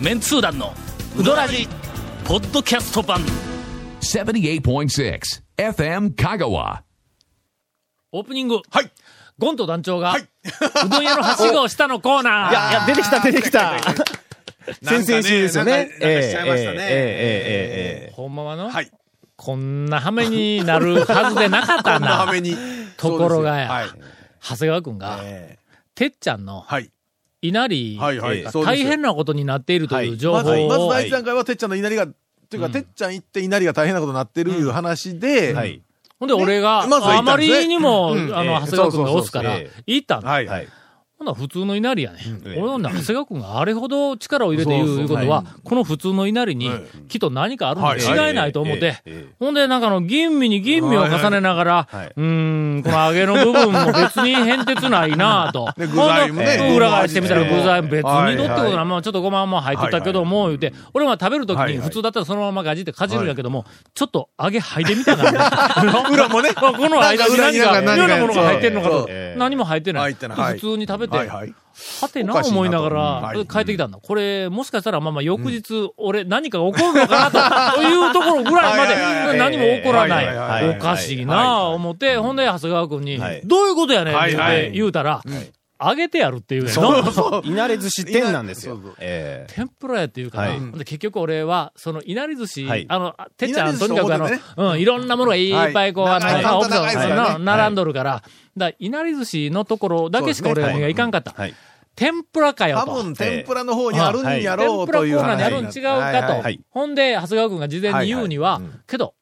メンツー団のウドラジポッドキャスト版78.6 FM Kagawa. オープニング、はい。ゴンと団長が、はいうどん屋のはしごをしたのコーナー。いや、出てきた、出てきた。先々週ですよね。なんかなんかしちゃいましたねええええええええほんまはの、はい。こんなハメになるはずでなかった こんなな。羽目に。ところがやはい。長谷川くんが、えてっちゃんのはい。稲荷はいはいがそうです大変なことになっているという情報まず、まずを、第一段階は、てっちゃんの稲荷が、というか、てっちゃん行って稲荷が大変なことになってるいう話で、えはい。ほんで俺が、まずはあ行ったまんですねりにも、うんあの、ええ長谷川くんが押すからそうそうそう、行ったんだ。はい。はい。ほんなら普通の稲荷やね。ええ俺の長谷川くんがあれほど力を入れて言うことは、この普通の稲荷に、きっと何かあるのに違いないと思っはいてはいええええ、ほんでなんかあの、吟味に吟味を重ねながらはいはい、うーん、この揚げの部分も別に変哲ないなぁと。で具材もねほんで裏返してみたらええ具材別にどってこはいとはな、まあちょっとごまも入っとったけども、言うて、俺は食べるときはいにはい普通だったらそのままガジってかじるんやけども、ちょっと揚げ入いてみたから。裏もね この間に何か、なんか裏になんか妙なものが入ってんのかそうとそうえ。え何も入ってな入い。ってないはい普通に食べては、い。はい。はてな思いながおからしいなとうん帰ってきたんだ。これ、もしかしたらまあまあ翌日、俺何か起こるのかなとというところぐらいまはいはいはでい何も起こらはいはいな。はいいおはいかしいなあ思って、ほんで長谷川君にはい、どういうことやねんっはいはてい言うたら、あげてやるっていうねんのそうそう。いなれ寿司店なんですよそうそう。ええ天ぷらやっていうから、はいほんで結局俺は、その、いなり寿司、はいあの、あてっちゃいなりん、寿と司にかくあの、そういうこうん、いろんなものがいっぱいこう、はいあの、いっぱい長オいプション長いですよねなはい並んどるから、だいなり寿司のところだけしか俺そうはですね目がいかんかった。はい。天ぷらかよ多と。分、天ぷらの方にあるんやろ天うぷらコというーナー話にあるん違うかはいと。はいいほんで、長谷川君が事前に言うには、はいはいけど、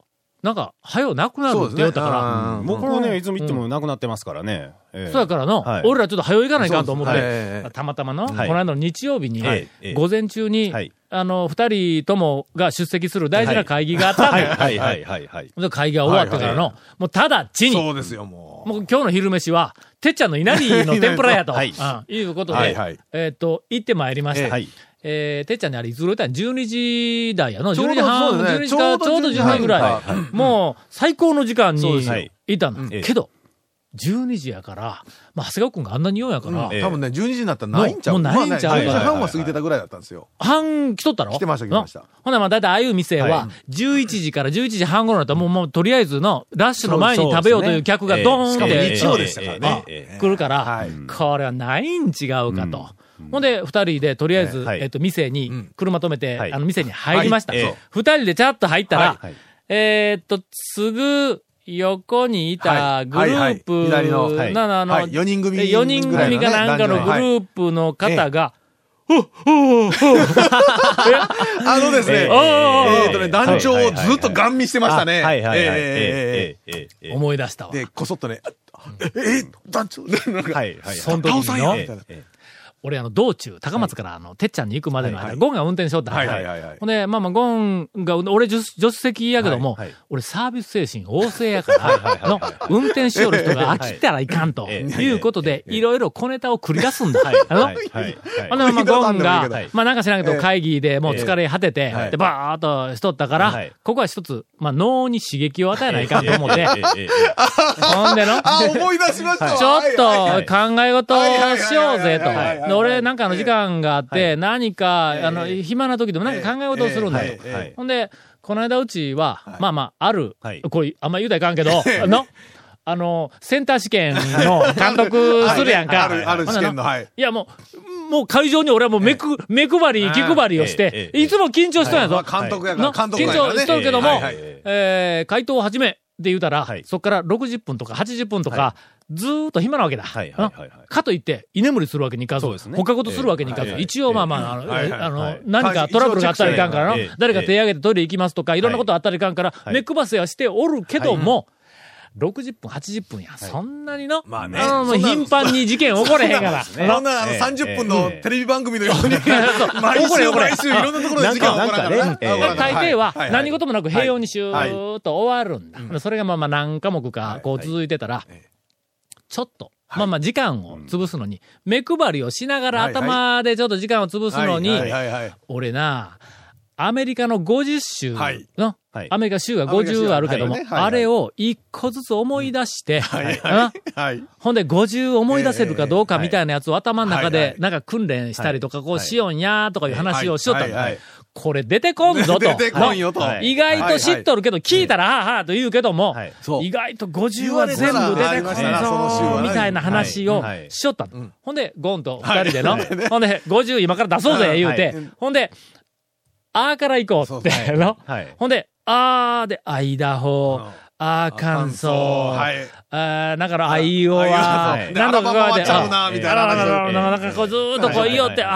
なんか、はよなくなるそっうてです言ねったから、うん僕もね、いつも行ってもなくなってますからね。ええそうやからの、はい俺らちょっとはよ行かないかんと思って、そうそうはいまあたまたまの、はいこの間の日曜日に、はいええ午前中に、はいあの、二人ともが出席する大事な会議があったんだはよいはいはいはいはい。で会議が終わってからの、もうただちに、そうですよ、もう。もう今日の昼飯は、てっちゃんの稲荷の天ぷらやと、はいうんいうことで、はいはいえっ、と、行ってまいりました。はい。えー、てっちゃんね、あれ、いつ頃行ったん ?12 時台やのちょ ?12 うど時半、そうです12ね時か、ちちょょううどど10 10時時半半ぐら。はいもう、最高の時間そうにですよいたんだええけど、12時やから、まあ、長谷川くんがあんなに言うんやから、多分ね、12時になったらないんちゃうもうもうないんちゃうまあねはいは ?12 時いはい半は過ぎてたぐらいだったんですよ。半来とったの来てました来てましたうんほな、まあ、だいたいああいう店はは、11時から11時半頃だったら、もう、もう、とりあえずの、ラッシュの前に食べようという客がドーンっそて、うですねええしかも日曜でしたからねええええええ来るから、はいこれはないん違うかと。ほんで、二人で、とりあえず、はいえっと、店に、車止めて、はいあの、店に入りました。はいええ二人でチャッと入ったら、はいはいえーっと、すぐ、横にいたグループ、はいはいはい左のはいなあの、はい四人組え四人組ぐらいのねかなんかのグループの方が、あのですね、おーえーとね、団長をずっとガン見してましたね。はいはいはい。ええーええええええ思い出したわ。で、こそっとね、あえ、え団長、なんえかはいはい。その時高尾にさんのや、えみたいなえ俺、あの、道中、高松から、あの、てっちゃんに行くまでのはい間、はいゴンが運転しよったんだはいはいはいはいほんで、まあまあ、ゴンが、俺、助助手席やけどもはいはい、俺、サービス精神旺盛やから、の、運転しよる人が飽きたらいかんと、ええいうことで、いろいろ小ネタを繰り出すんだ。あのはいはいはいほんで、まあ、ゴンがはい、まあ、なんか知らんけど、ええ会議でもう疲れ果てては、いで、バーっとしとったかはらい、ここは一つ、まあ、脳に刺激を与えないかんと思って、ええええええほんでの、あ、思い出しましたわ。ちょっはいと考え事をしようぜはいはいはいはいはいはいはいと。で俺なんかの時間があって、何か、あの、ええ暇な時でもなんか考え事をするんだよえ。えはいほんで、この間うちは、まあまあ、あるはい、これあんま言うたらいかんけど、あの、あの、センター試験の監督するやんか。ある、ある試験の、はい。いやもう、もう会場に俺はもう目く、目配り、気配りをしえて、えええいつも緊張しとんやぞま。あ監督やかのら、監督緊やから、張ね。しとるけども、はいはいえー回答を始めって言うたら、はいそっから60分とか80分とか、はずーっと暇なわけだ。はいはいはいはいうんかといって、居眠りするわけにいかず、そうですね他事するわけにいかず、ええ一応まあまあ、あの、はいはいあのはい何かトラブルがあったらいかんからの、ええ誰か手挙げてトイレ行きますとか、いろんなことあったらいかんから、い目配せはしておるけども、60分、80分や、そんなにの、まあねのもうそんな頻繁に事件起これへんから。ええこんな、あの、ええ30分のテレビ番組のよ うに、毎怒れ週怒れ毎週いろんなところで時間が起こらなんなかなんかねええ大抵は何事事もなく平穏にシューッと終わるんだ。それがまあまあ何科目かこう続いてたら、ちょっと、まあまあ時間を潰すのに、目配りをしながらはいはい頭でちょっと時間を潰すのに、はいはいはいはい。俺な、アメリカの50州はいのはいアメリカ州が50あるけども、アメリカ州はあはいはいれを1個ずつ思い出して、なはい。ほんで50思い出せるかどうかみたいなやつを頭の中はいはでいなんか訓練したりとか、こうしようんやーとかいう話をしよったのはいはいこれ出てこんぞと。 出てこんよと。はい意外と知っとるけど、聞いたらはあはあと言うけどもはい、そう意外と50は全部出てこんぞ言われたらーみたいな話をはいしよったの。ほんで、ゴンと二人で の。ほんで、50今から出そうぜ、言うては。ほんで、あーから行こうって のはい。ほんで、あーで、アイダホー、アーカンソー、はい。あーだから、アイオワアイオワ、なんとかこうやって、でアラバマはちゃうなみたいなああららららええなんかこうずーっとこうは言いいよって、は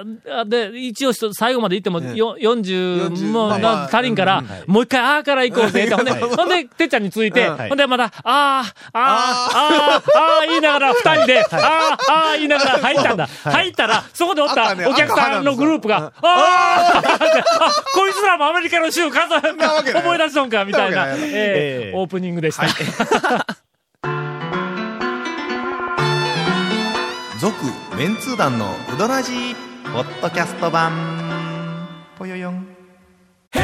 あーあ、で、一応しと最後まで行ってもよ40 40もうまあ足りんからうんはい、もう一回あーから行こうぜ って、ほんで、はいほんで、てっちゃんについて、うんはいほんでまた、あーあー、あー、あー言いながら二人で、あーあー言いながら入ったんだ。入ったら、そこでおっあたったねお客さんのグループが、あーってあこいつらもアメリカの州数えんなわけかな い思い出しとんか、みたいなわな、けないえええーオープニングでした。続メンツー団のウドラジーポッドキャスト版ぽよよんせ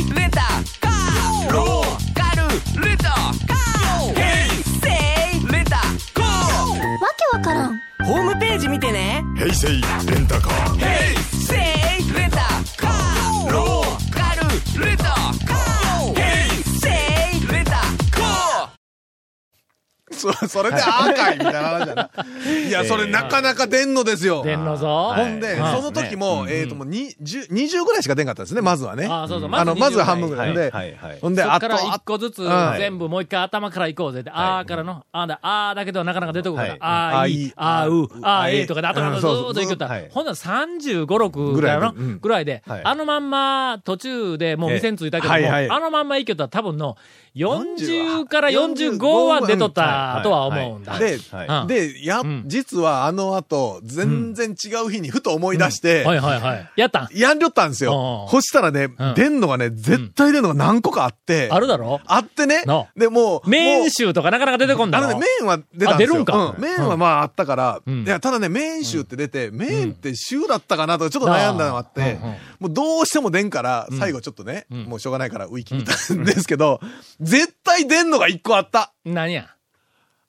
いレタカーローカルレタカーヘイセイレタカーわけわからんホームページ見てねヘイセイレンタカーヘイセイレンタカーローカルレタカーヘイセイレンタカーそそれでアーカイみたいな話だな。いや、それなかなか出んのですよ。出んのぞ。ほんで、はいその時も、えっと、もうに10 20ぐらいしか出んかったですね、まずはね。あそうそうまずあの、まずは半分ぐはらいい。で。はい。はい。ほんで、そっあかと、らあ一個ずつはい全部もう一回頭から行こうぜって、あーからの、あーだ、あーだけどなかなか出てこない。はいあーいあーいいい、あーう、ああーーいいいとかで頭からうんずそうーそっうと行くとったはい。ほんなら35、6ぐらいのぐらいのうんぐらいで、はいあのまんま途中でもう店に着いたけども、ええはいはいあのまんま行けたら多分の40 40から45は出とったとは思うんだ。ではいうんで、やん、実はあの後、全然違う日にふと思い出して、はいはいはい。やったんやんりょったんですおうおよう。ほしたらねうん、出んのがね、絶対出んのが何個かあって。あるだろあってねなあ。で、もう。メもンう州とかなかなか出てこんだあのろね、メインは出たんですあ出よ。るんかうメインはまああったから、うんいや、ただね、メイン州って出て、メインって州だったかなとかちょっと悩んだのがあっうんてうんうん、もうどうしても出んから、最後ちょっとね、もうしょうがないからウィキ見たんですけど、絶対出んのが一個あった。何や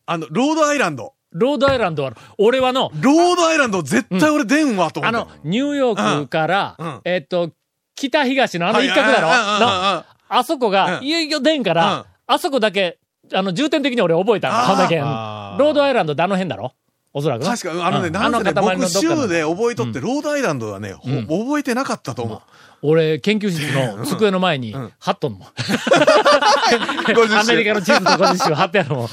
あの、ロードアイランド。ロードアイランドは、俺はの、ロードアイランド絶対俺出んわと思あった。の、ニューヨークから、うんうんえっと、北東のあの一角だろ、のろあそこが、うんいよいよ出んから、うんあそこだけ、あの、重点的に俺覚えたんだ、あーこんだけ。ロあーードアイランドってあの辺だろおそらくな。確か、あのね、うんなんせね、あの塊僕のどっかの州で覚えとって、ロードアイランドはね、ほうん覚えてなかったと思う。俺、研究室の机の前に、貼っと んもん。アメリカの地図と50州貼ってあるもん。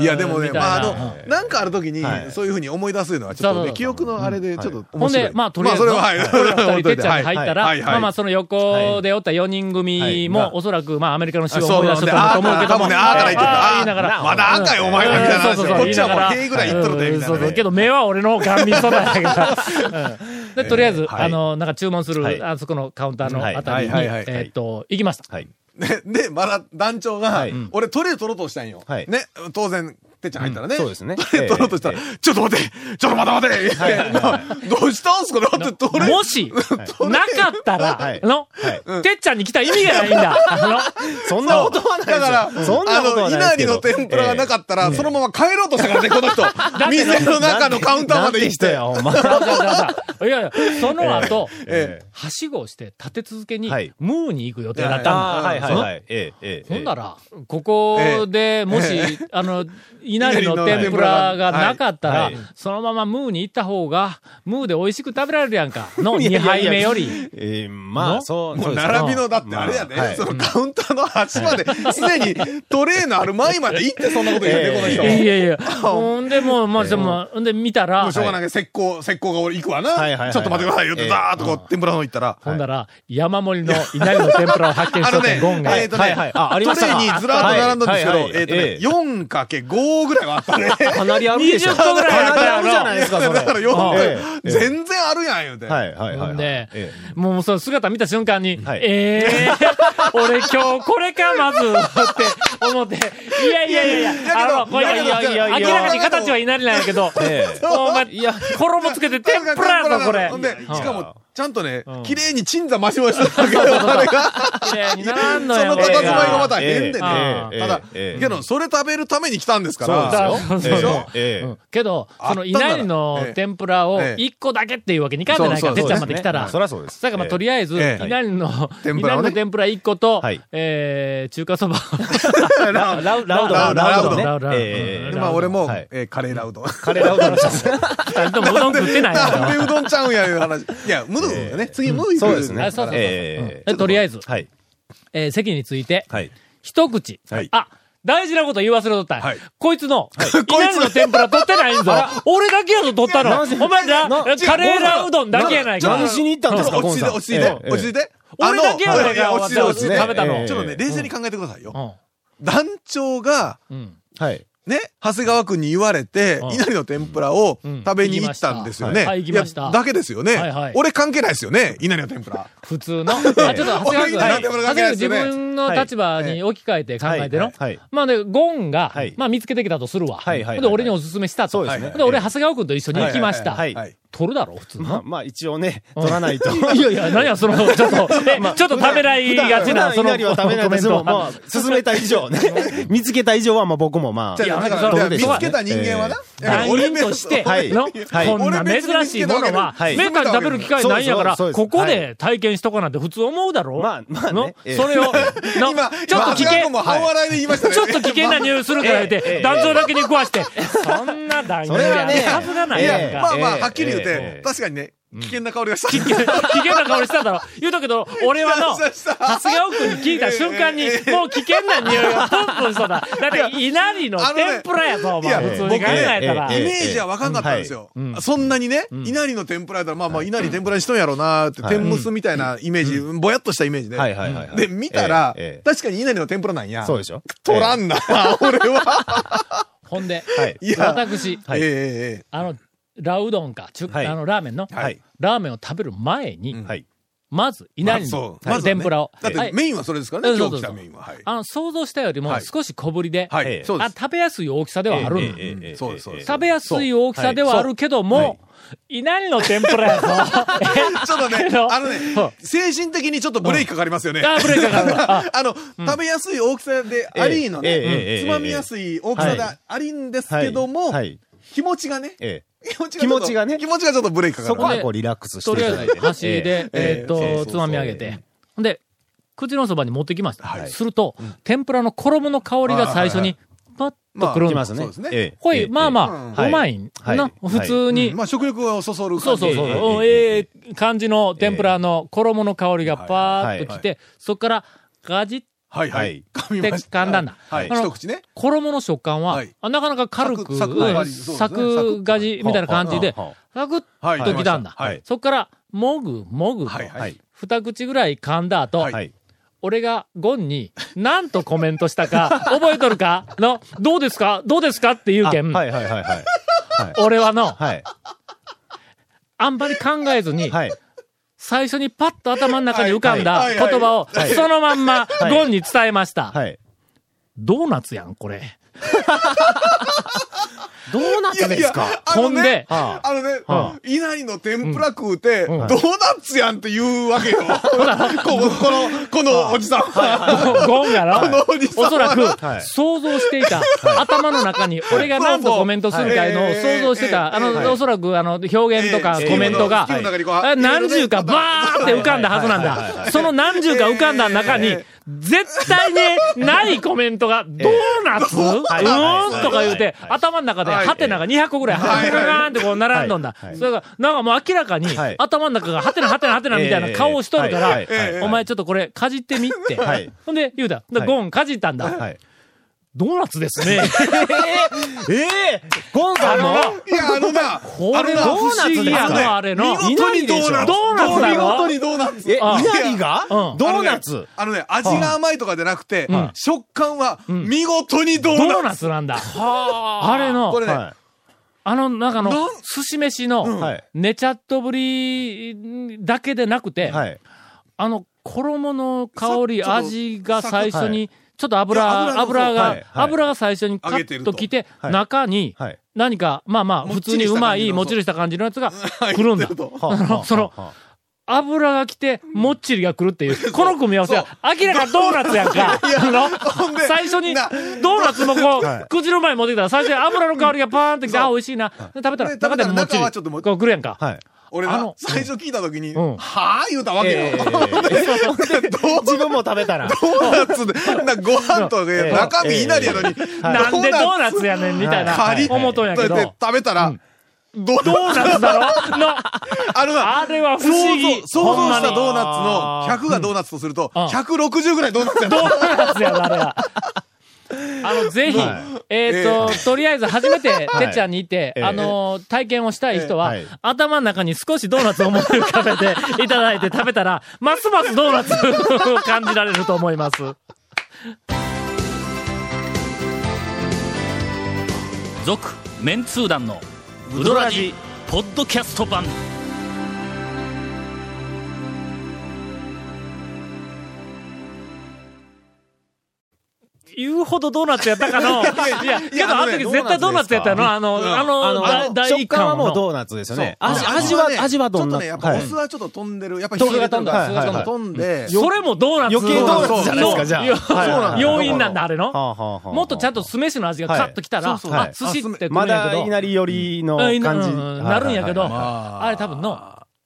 いや、でもね、みたいなまあ、あの、なんかある時に、そういうふうに思い出すのは、ちょそっとうそうそね、う記憶のあれで、ちょっとほ面ん白い。で、まあ、とりあえず、まあ、そ 俺れはらはい、二人、てっちゃんが入ったら、はいはいはいまあまあ、その横でおった4人組も、はいおそらく、まあ、アメリカの詩を思い出しとったと思うけども、そうそうそうあー多分ねあーから言ってたあー言いながら、まだ赤いお前らみたいな話うんそうそうそうこっちはもう塀ぐらい行っとるでうんみたいなねそうそうけど、目は俺の方がんみそだやから。うん で、とりあえず、はいあの、なんか注文すはいる、あそこのカウンターのあたりに、はいはいはいはいえっと、行きました。はい。ねで、まだ団長がはい、俺トレー取ろうとしたんよ。はいね、当然、てっちゃん入ったらね。うんそうですねトレー 取ろうとしたら、えちょっと待ってちょっと待って待ってはいはな どうしたんすかだってトレー。も し、なかったはらい、のは、てっちゃんに来た意味がないんだ。あそんなことはないですだよ。から、そんなことはあの、ない稲荷の天ぷらがなっかったら、そのまま帰ろうとしたからね、この 人。店の中のカウンターまで行っ人てや、。お前。のじゃあじゃあじゃあいやいや、その後、 ええはしごをして立て続けに、はいムーに行く予定だったんだ。ああ、はいはいはい。ええ、ええ。ほんなら、ここでもし、あの、稲荷の天ぷらがなかったら、はいそのままムーに行った方が、ムーで美味しく食べられるやんか。のいやい2やい杯や目より。ええ、まのあ、そう、もそううですね並びの、だってまああれやで、はいそのカウンターの端まで、すでにトレーのある前まで行ってそんなこと言うね、このい人。やいやいや。ほんで、もう、まあ、でも、ほんで見たら、もうしょうがないけど、石膏、石膏が俺行くわな。はいはいはいちょっと待ってくださいよって、ええダーッとこう、天ぷらの方行ったら。ほんだら、山盛りの稲荷の天ぷらを発見しあとのって、ね、ゴンが。えっとね、はいはいあありましたトレかーにずらっと並んだんですけど、はいはいはいえっとねええ、 4かけ5ぐらいはあったね。かなりあるでしょ。 20個ぐ らいあるかなりあるじゃないですか、そ れ。だから4あええええ全然あるやん、言うて。はいはいはいほはんい。でえもうその姿見た瞬間に、はいええー、 俺今日これか、まず、って思って、いやいやいやいや、やけどあの、これやいけどやいやいや、いや明らかに形はいなりなんやけど、 えええお前、衣つけて天ぷらやぞ、これ。ほんで、しかも、ちゃんとねうん、綺麗に鎮座増しましたんだけど、あれが。綺麗に並んのそよ。のこれ佇まいがまたええ変でね。ええただ、ええけど、それ食べるために来たんですかそうですよそうそら。うそうええうんけど、そのあっいたんならなりの天ぷらをええ1個だけっていうわけにいかんじゃないか、そうてそっうちゃんまで来たまらあ。そりゃそうです。だからまあとりあえず、いええなりの、い天ぷならりをねの天ぷら1個とはい、えー中華そば。あえず、ラウラウドラウドラウドラウドねラウドラウドええでまあ、俺もはい、えーカレーラウド。カレーラウドの人 ですね2人ともうどん食ってないなんかでうどんちゃうんやいう話。いや、ムーだね。次、ムー行くそうですね。あそうそうそうえら。とりあえず、はい。えー席について、はい。一口。はいあ大事なこと言い忘れとったんや、はいこいつの、 いなりの天ぷら取ってないんぞ。俺だけやぞ、取ったの。お前ら、カレーラうどんだけやないか。何しに行ったんですか、落ゴンち着いさて、ん。落ち着いてえ、え落ち着いて。俺だけやないいやか、落ち着いて、落ち着いて。食べたの。ええちょっとね、冷静に考えてくださいよ。うん団長が、うんはい。ね、長谷川くんに言われてうん、いなりの天ぷらをうん食べに行ったんですよね。はい行きましたいやだけですよねはいはい。俺関係ないですよね、いなりの天ぷら。普通の。あ、ちょっと長谷川君、俺はいなんてもら長谷川うわけないです自よね分の立場に置き換えて考えての。はいはいまあね、ゴンが、はいまあ見つけてきたとするわ。はいはいで、俺におすすめしたと。そうですねで、俺、長谷川君と一緒に行きました。はいはいはいはい取るだろ、普通まあの。まあ、一応ね、取らないと。 いやい や、何や、その、ちょっと、えちょっとためらいがちな、普そ段の、稲荷は食べないですもんまあ、進めた以 上ね。見つけた以上は、まあ僕もまあじ。ゃあやだからそうだからで見すつけた人間はな、団員として、はいの、はいこんな珍しいものは、はいめったに食べる機会ないんやから、そうですそうここですで体験しとかなんて普通思うだろまあまあねのええそれを、の今、ちょっと危今長谷川険君、も半笑いで言いましたね。ちょっと危険な匂いするから言っええて、ええ団長だけに食わして、そんな団員それはねではずがないやんええか。まあまあえ、えはっきり言ってええ、確かにね、危険な香りがした。危険な顔しただろ。言うたけど、俺はの、したした長谷川君に聞いた瞬間に、もう危険な匂いがプンプンしただ。だって、稲荷のあのね天ぷらやぞ、お前。いや普通に考えたら僕。ねええええイメージはわかんかったんですよ。そんなにね、稲荷の天ぷらやったら、まあまあ、稲荷天ぷらにしとんやろうなーって、はい天むすみたいなイメージ、ぼやっとしたイメージで。はいはいはいはい。で、見たらえ、ええ確かに稲荷の天ぷらなんえや。そうでしょ。取らん。んな、 俺は。ほんで、 はい。いや、私、はいえええええあの、ラウドンか、中はいあの、ラーメンの、はいラーメンを食べる前に、うんはい。まず、稲荷まあそのうまずはね天ぷらを。えだっはていメインはそれですからうね、ん今そう日そうそ来うたメインは。はい。あの、想像したよりもはい少し小ぶりで、はええい、そうであす。食べやすい大きさではあるんだええええええそうですそうです食べやすい大きさではあるけどそうはいも、稲荷の天ぷらやぞ。え、ちょっとねのあのそうね、精神的にちょっとブレーキかかりますよね。あ、ブレーキかかる わ。ああの、食べやすい大きさでありのえええええね、えつまみやすい大きさでありんですけども、はい。気持ちがね、え気持ち気持ちががねね、気持ちがちょっとブレーキかえ。かそるこ。はこうリラックスしてといりあただえいて。ず、箸で、えええーっええそうと、そうつまみ上げて。ほんで、口のそばに持ってきました。はいすると、天ぷらの衣の香りが最初に、パッとくるんきで。まそすすうねですね。ええほい、まあうんまあ、はいうまいん。はいな、普通にうん、まあ食欲をそそるそ感うじ。そうそう。ええうんええええ感じの天ぷらの衣の香りがパーッときはいて、そこからガジッはいははいい。噛みてました。噛んだんだ。はい。あの一口ね。衣の食感は、はいあなかなか軽く、サクサクうんそうですねサクガジみたいな感じで、はあはサクッはとい。きたんだ。はい。そっから、もぐもぐと、はい。はい。二口ぐらい噛んだ後、あはあはい。俺がゴンに、なんとコメントしたか、 覚えとるかの、どうですかどうですかって言うけん、あはいはいはいはい。俺はの、はい。あんまり考えずに、はい。最初にパッと頭の中に浮かんだはい言はいはい葉を、そのまんまいゴンに伝えました。はい。ドーナツやん、こ れ。どうなったですかあのほんでね、はあのねは、稲荷の天ぷら食うて、ドんーナツやんって言うわけよ。この、この、このおじさんは。ゴンがこのの、おじさんおそらく、はい想像していた、頭の中に、俺が何とコメントするかいうのをそうそう想像してた、あええええの、おそらく、あの、表現とかええコメントがええ、ええええあ何十かバーって浮かんだはずなんはいはいはいはだ。その何十か浮かんだ中にえええ、絶対にないコメントが、ドーナツういはいーんとか言うてはい、頭の中で、はいハテナが200個ぐらい、ハテナガーンってこう並んどんだはいは。いそれが、なんかもう明らかにはい、頭の中がハテナハテナハテナみたいな顔をしとるから、ええはいはい お前ちょっとこれかじってみって。 はいほんで、言うた。ではいゴンかじったんだ。はい。ドーナツです ね。ええゴンさんのいや、あのな、こあれのドな、ーナツやぞ、あれの。見事にドーナツ。ドーナツだ見ろ事にドーナツ。え、あ稲荷がうドんーナツあのね、味が甘いとかじゃなくてん、食感は見事にドードーナナツ。ツなんだ。あれのこ、れね、はあの、なんかのなん、寿司飯い。の、はい。寝ちゃっとぶりだけでなくて、はい。あの、衣の香り、さちょっと味が最初はに、ちょっと油、油の油はがい、はい油が最初にカ揚げてッるとときて、はい中に、はい。何か、まあまあ、も普っ通ちにりした感じ うまの い、もっちりした感じのやつが来るんだ入って。とはあはあそのは油が来て、もっちりが来る っていう、この組み合わせは、明らかドーナツやんか。あ の最初にな、ドーナツもこ、はいう口の前に持ってきたら、最初に油の香りがパーンってきて、あ、美味しいな。食べたら、で食べたらもっち中りはちょっともこう来るやんか。はい。俺あなの、最初聞いた時に、んはぁ言うたわけよ。ええ自分も食べたら。ドーナツで、なご飯とえね、え中身いなりやのに、なんでドーナツやねん、みたいなカリッ、思うとんやけど。で食べたら、ドードナーナツだろの、ツ、あのな、あれは不想思議。像、想ほん像ましにたドーナツの、100がドーナツとすると、うん160ぐらいドーナツやドーナツやな、あれは。あの、ぜひ、えっ、と、とりあえず初め て、てっちゃんにいて、えあの、体験をしたい人は、ええはい頭の中に少しドーナツを思い浮かべていただいて食べたら、ますますドーナツを感じられると思います。続メンツー団のウドラジポッドキャスト版言うほどドーナツやったかの。いや、けどあの時絶対ドーナツやったよな、あの、ああの、の、第食一感は感もうの。ドーナツですよね。あ味味は、味はどんちょっなとね、やっぱはおい酢はちょっと飛んでる。やっぱ酢が飛んだはい酢が飛んだはい飛んで、それもドーナツ余計ドーナツじゃないですか、じゃあ。はいはいのはい要因なんだ、あれの。はあはあはあもっとちゃんと酢飯の味がカッときたら、はいそうそうあ、寿司って組まむんやだけど。いなり寄りのうん感じ。うんなるんやけど、はいはいはいあれ多分の、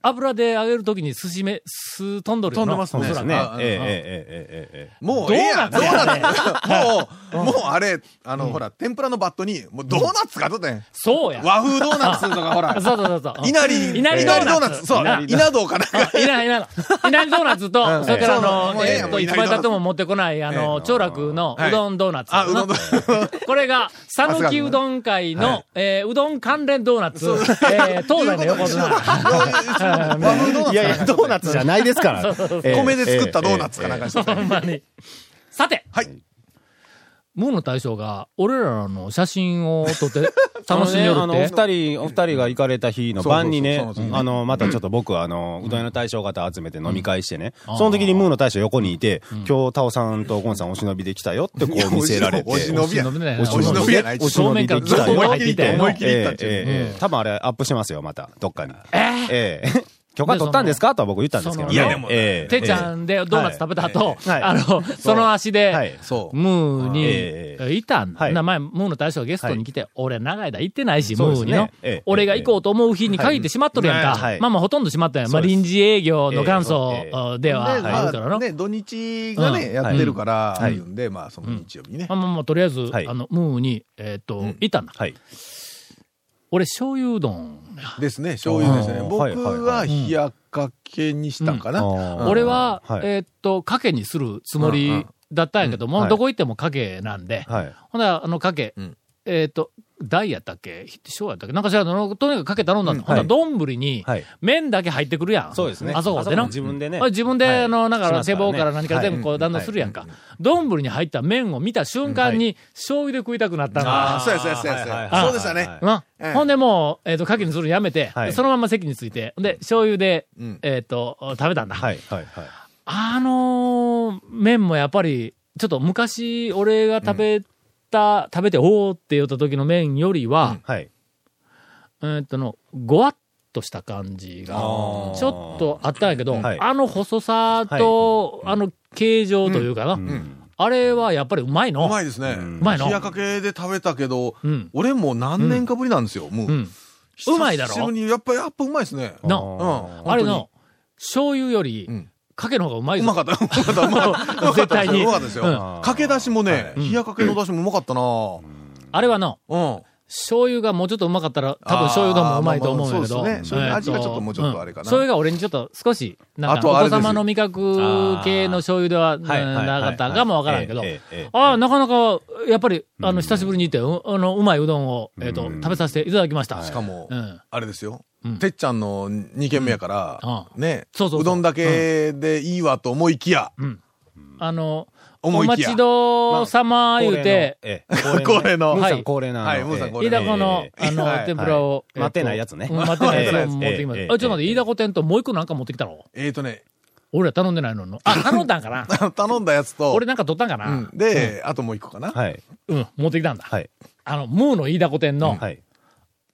油で揚げるときに寿司め、酢飛んどるよ飛んなでますそうですねおそら。くえええええええええもうええやん、ドドーーナナツツもう、もうあれ、あの、ほら、天ぷらのバットに、もうドーナツがとってん。そうや。和風ドーナツとかほら、 そうそうそう そう。いなり、いなりドーナツいなりそう、な稲道かなんか。いな、いな、いなりドーナツと、それからあその、うそうえっもと、うええいやんつまでたっても持ってこない、あの、長楽のうどんドーナツ。あ、うどんドーナツ。これが、さぬきうどん会の、えーうどん関連ドーナツ、えー東西の横綱。 和風ドーナツかなんかいやいや、ドーナツじゃないですから。米で作ったドーナツかなかんらかにしてたほんまに。さて、はいムーの大将が、俺らの写真を撮 って、楽しみよあるのっねて。あのお二人、お二人が行かれた日の晩にねそうそうそうそう、あの、またちょっと僕は、あの、うどん屋の大将方集めて飲み会してね、その時にムーの大将横にいて、今日、タオさんとゴンさんお忍びできたよってこう見せられて。お忍びや。お忍びねお忍びやない。お忍びできたよ。思い切って思い切り行えったえええ多分あれ、アップしてますよ、また、どっかに。ええ 許可取ったんですかとは僕言ったんですけどね。いやでもええてっちゃんでドーナツ食べた後、はいあの、その足で、はいそう。ムーに、えいたん、はい名前、ムーの大将がゲストに来て、俺長い間行ってないし、ムそうでーすにねの、ええ俺が行こうと思う日に限ってしまっとるやんか。はいはいまあまあほとんどしまったんやん。まあそうです臨時営業の元祖ええあではでまあるからあの。ね、土日がうね、んやってるから、あはいるんで、まあ、その日曜日にねま。あまあまあ、とりあえず、はいあの、ムーに、えっ、と、んいたんだ。はい。俺、醤油うどん。ですね、醤油ですね。うん僕はいはいはは冷やかけにしたんかな。うん俺は、はいえーっと、賭けにするつもうんうりんだったんやけども、うんはいどこ行っても賭けなんで、はい。ほんなら、あの、賭け、んえーっと、大やったっけ小やったっけなんか知らんけどとにかく賭け頼んだんだ。ほんなら、はい丼にはい、麺だけ入ってくるやん。そうですね。あそこでな。自分でね。あ自分で、はいあの、なんしか、ます手ら棒ねから何から全部こう、はい段取りするやんか。丼に入った麺を見た瞬間うんに、醤油で食いたくなったの。あーそうやそうやそうやそうはいやはいはいそうでしたね。なええほんでもう、えっ、と、牡蠣にするのやめて、はいそのまま席に着いて、で、醤油で、うんえっ、と、食べたんだ。はい、はい、はい。あのー麺もやっぱり、ちょっと昔、俺が食べた、食べて、おーって言った時の麺よりは、はい。えっ、との、ごわっとした感じが、ちあーょっとあったんやけど、はいあの細さと、あの形状というかな、うんあれはやっぱりうまいの。うまいですね。んうまいの冷やかけで食べたけどうん、俺もう何年かぶりなんですよ、もう。うん。うまいだろ久しぶりにやっぱ、やっぱうまいですね。なうん。あれ本の、醤油よりん、かけの方がうま当いに。うぞま。かった。 うまかった。うまかった。絶対にうまかったですよ。うかけ出しもね、冷やかけの出しもうまかったなうあれはの、ん。醤油がもうちょっとうまかったら、多分醤油がもううまいと思うんやけあど。ーまあまあそうですねえー味がちょっともうちょっとあれかな醤油が俺にちょっと少し、なんあか、とおはあ子れですよ様の味覚系の醤油ではうんはいはいはいなかったかもわからんけどええええええ。ああ、なかなか、やっぱり、あの、久しぶりに行って、うあの、うまいうどんを、えっと、うん食べさせていただきました。しかもうん、あれですようん。てっちゃんの2軒目やからうんあ、ね、そうそうそううどんだけでいいわと思いきや、あの、お思い待きやち。どうさま言うて、ええ、 恒例のムーさはいん恒例な。はいムーさん恒飯例田子の、ええあのは、い天ぷらを。はい待てないやつねうん待てないやつを 持ってきましええええた。あ、ちょっと待って、飯田子店ともう一個なんか持ってきたのえっとね、 俺ら頼んでないのの。あ、頼んだんかな頼んだやつと俺、なんか取ったんかな、ううんん、で、あともう一個かな。はい。持ってきたんだ。はい。あの、ムーの飯田古店の、はい。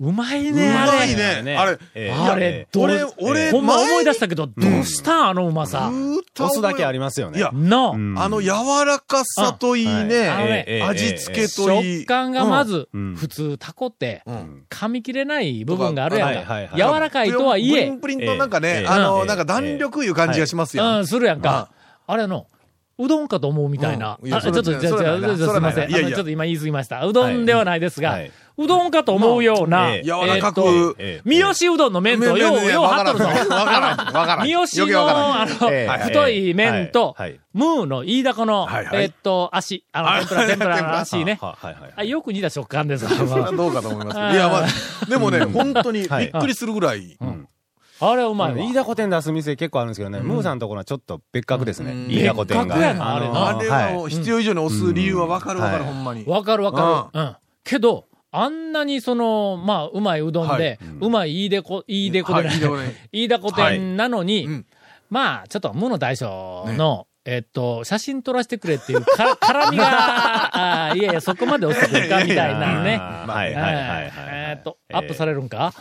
うまいうね、あまれい。ね。あれ、ええあれ、どう俺、俺、ほんま思い出したたけど、どうしたんあのうまさ。押すだけありまますよね。いや、なあ。うんあの柔らかさといいあのね。ねええええ味付けといい。食感がまずうん、普通タコってう、ん。噛み切れない部分があるやんとかはいか。はい柔らかいとはいプリえン、プリンのなんかえねえ、あえの、えなんか弾力いう感じがしますうよ。ん、するやんか。あれの、うどんかと思うみたいな。うんいやあちそょっと、れじゃあじゃあそじれゃはあないじなゃあすそみませれはないなん。いやいあやのちょっと今言い過ぎました。うどんではないですがはいはい、うどんかと思うような、ええ柔らかく。ええ三好うどんの麺と、よう、ようわはかっとらるん。ぞ。わからん。わか らん。三好余計わからんの、あえの、え太い麺とはいはい、ムーの飯高のはい、はいえっと、足、あの、あ天ぷら、天ぷらの足ね。ははいはいあよく似た食感です。あそれはのどうかと思いますけあーど。いや、まあ、でもね、本当にびはいっくりするぐらい。あれはうまいあわの飯田古店出す店結構あるんですけどね、ムーさんのところはちょっと別格ですね。うん飯田古店が。別格やなあれなあれはもはうい必要以上に押す理由はわかるわかる、うんほんまに。わかるわかる。うん。けど、あんなにその、まあ、うまいうどんで、うまいいいでこ、いいでこでない、はいいいでこね いいだこ店なのに、うんまあ、ちょっと、無の大将の、えっと、写真撮らせてくれっていうか、絡みが、あーいやいや、そこまで落ちてくるか、みたいなね。あー はいはいはいはい。えーっと、アップされれるんか、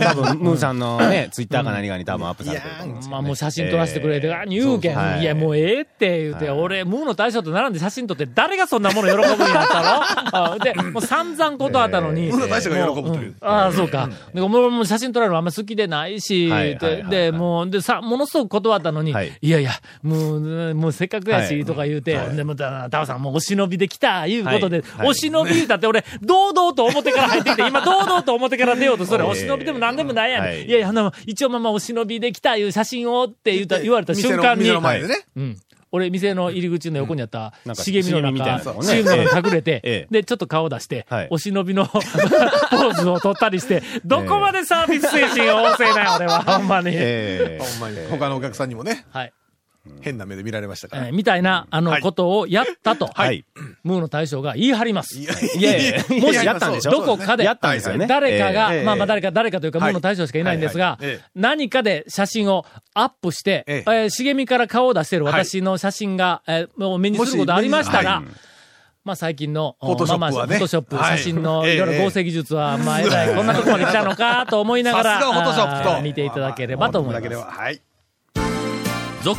まあ多分、ムーさんのね、ツイッターか何かに多分アップされてると思うんですまあもう写真撮らせてくれて、ええあ言うけん、そうそうはいいやもうええって言うて、はい俺、ムーの大将と並んで写真撮って、誰がそんなもの喜ぶんや ったろあで、もう散々ことあったのに。ええムーの大将が喜ぶというんああ、そうか。で、もうもう写真撮られるのあんま好きでないし、は言いうてはいはいはいで、もう、で、さ、ものすごく断ったのに、はいい、やいや、もう、もうせっかくやし、はいとか言うて、で、もう、たタオさんもうお忍びできた、いうことで、はいはいお忍び言うたって俺、堂々と表から入ってきて、今堂々と表から出ようとする。ええお忍びでも何でもないやん。はいいやいや、あの、一応まあまあお忍びできたいう写真をって言うた言われた瞬間に店の店、の前でね。うん。俺、店の入り口の横にあったうんなん、か茂みの茂みみたい中、なのね茂みの中隠れえてえ、で、ちょっと顔出してはい、お忍びの ポーズを取ったりして、どこまでサービス精神旺盛 なんや、俺は、ほんまに。ええほんまに。他のお客さんにもね、はい。変な目で見られましたかえらー。みたいな、あの、はいことをやったと、はい。ムーの大将が言い張ります。いやいやいやいもいしやったんでしょどこかで、やったんですよね。誰かが、ええまあまあ誰か、誰かというか、もはいの大将しかいないんですが、はいはいええ何かで写真をアップして、ええー茂みから顔を出してる私の写真が、えーもう目にすることありましたが、もし目にまあ最近の、ォトショップまあまあはねフォトショップ、はい写真のいろいろええ合成技術は、まあえらい、こんなとこまで来たのかと思いながら、さすがフォトショップとあー見ていただければと思いだけでます。は。はい。続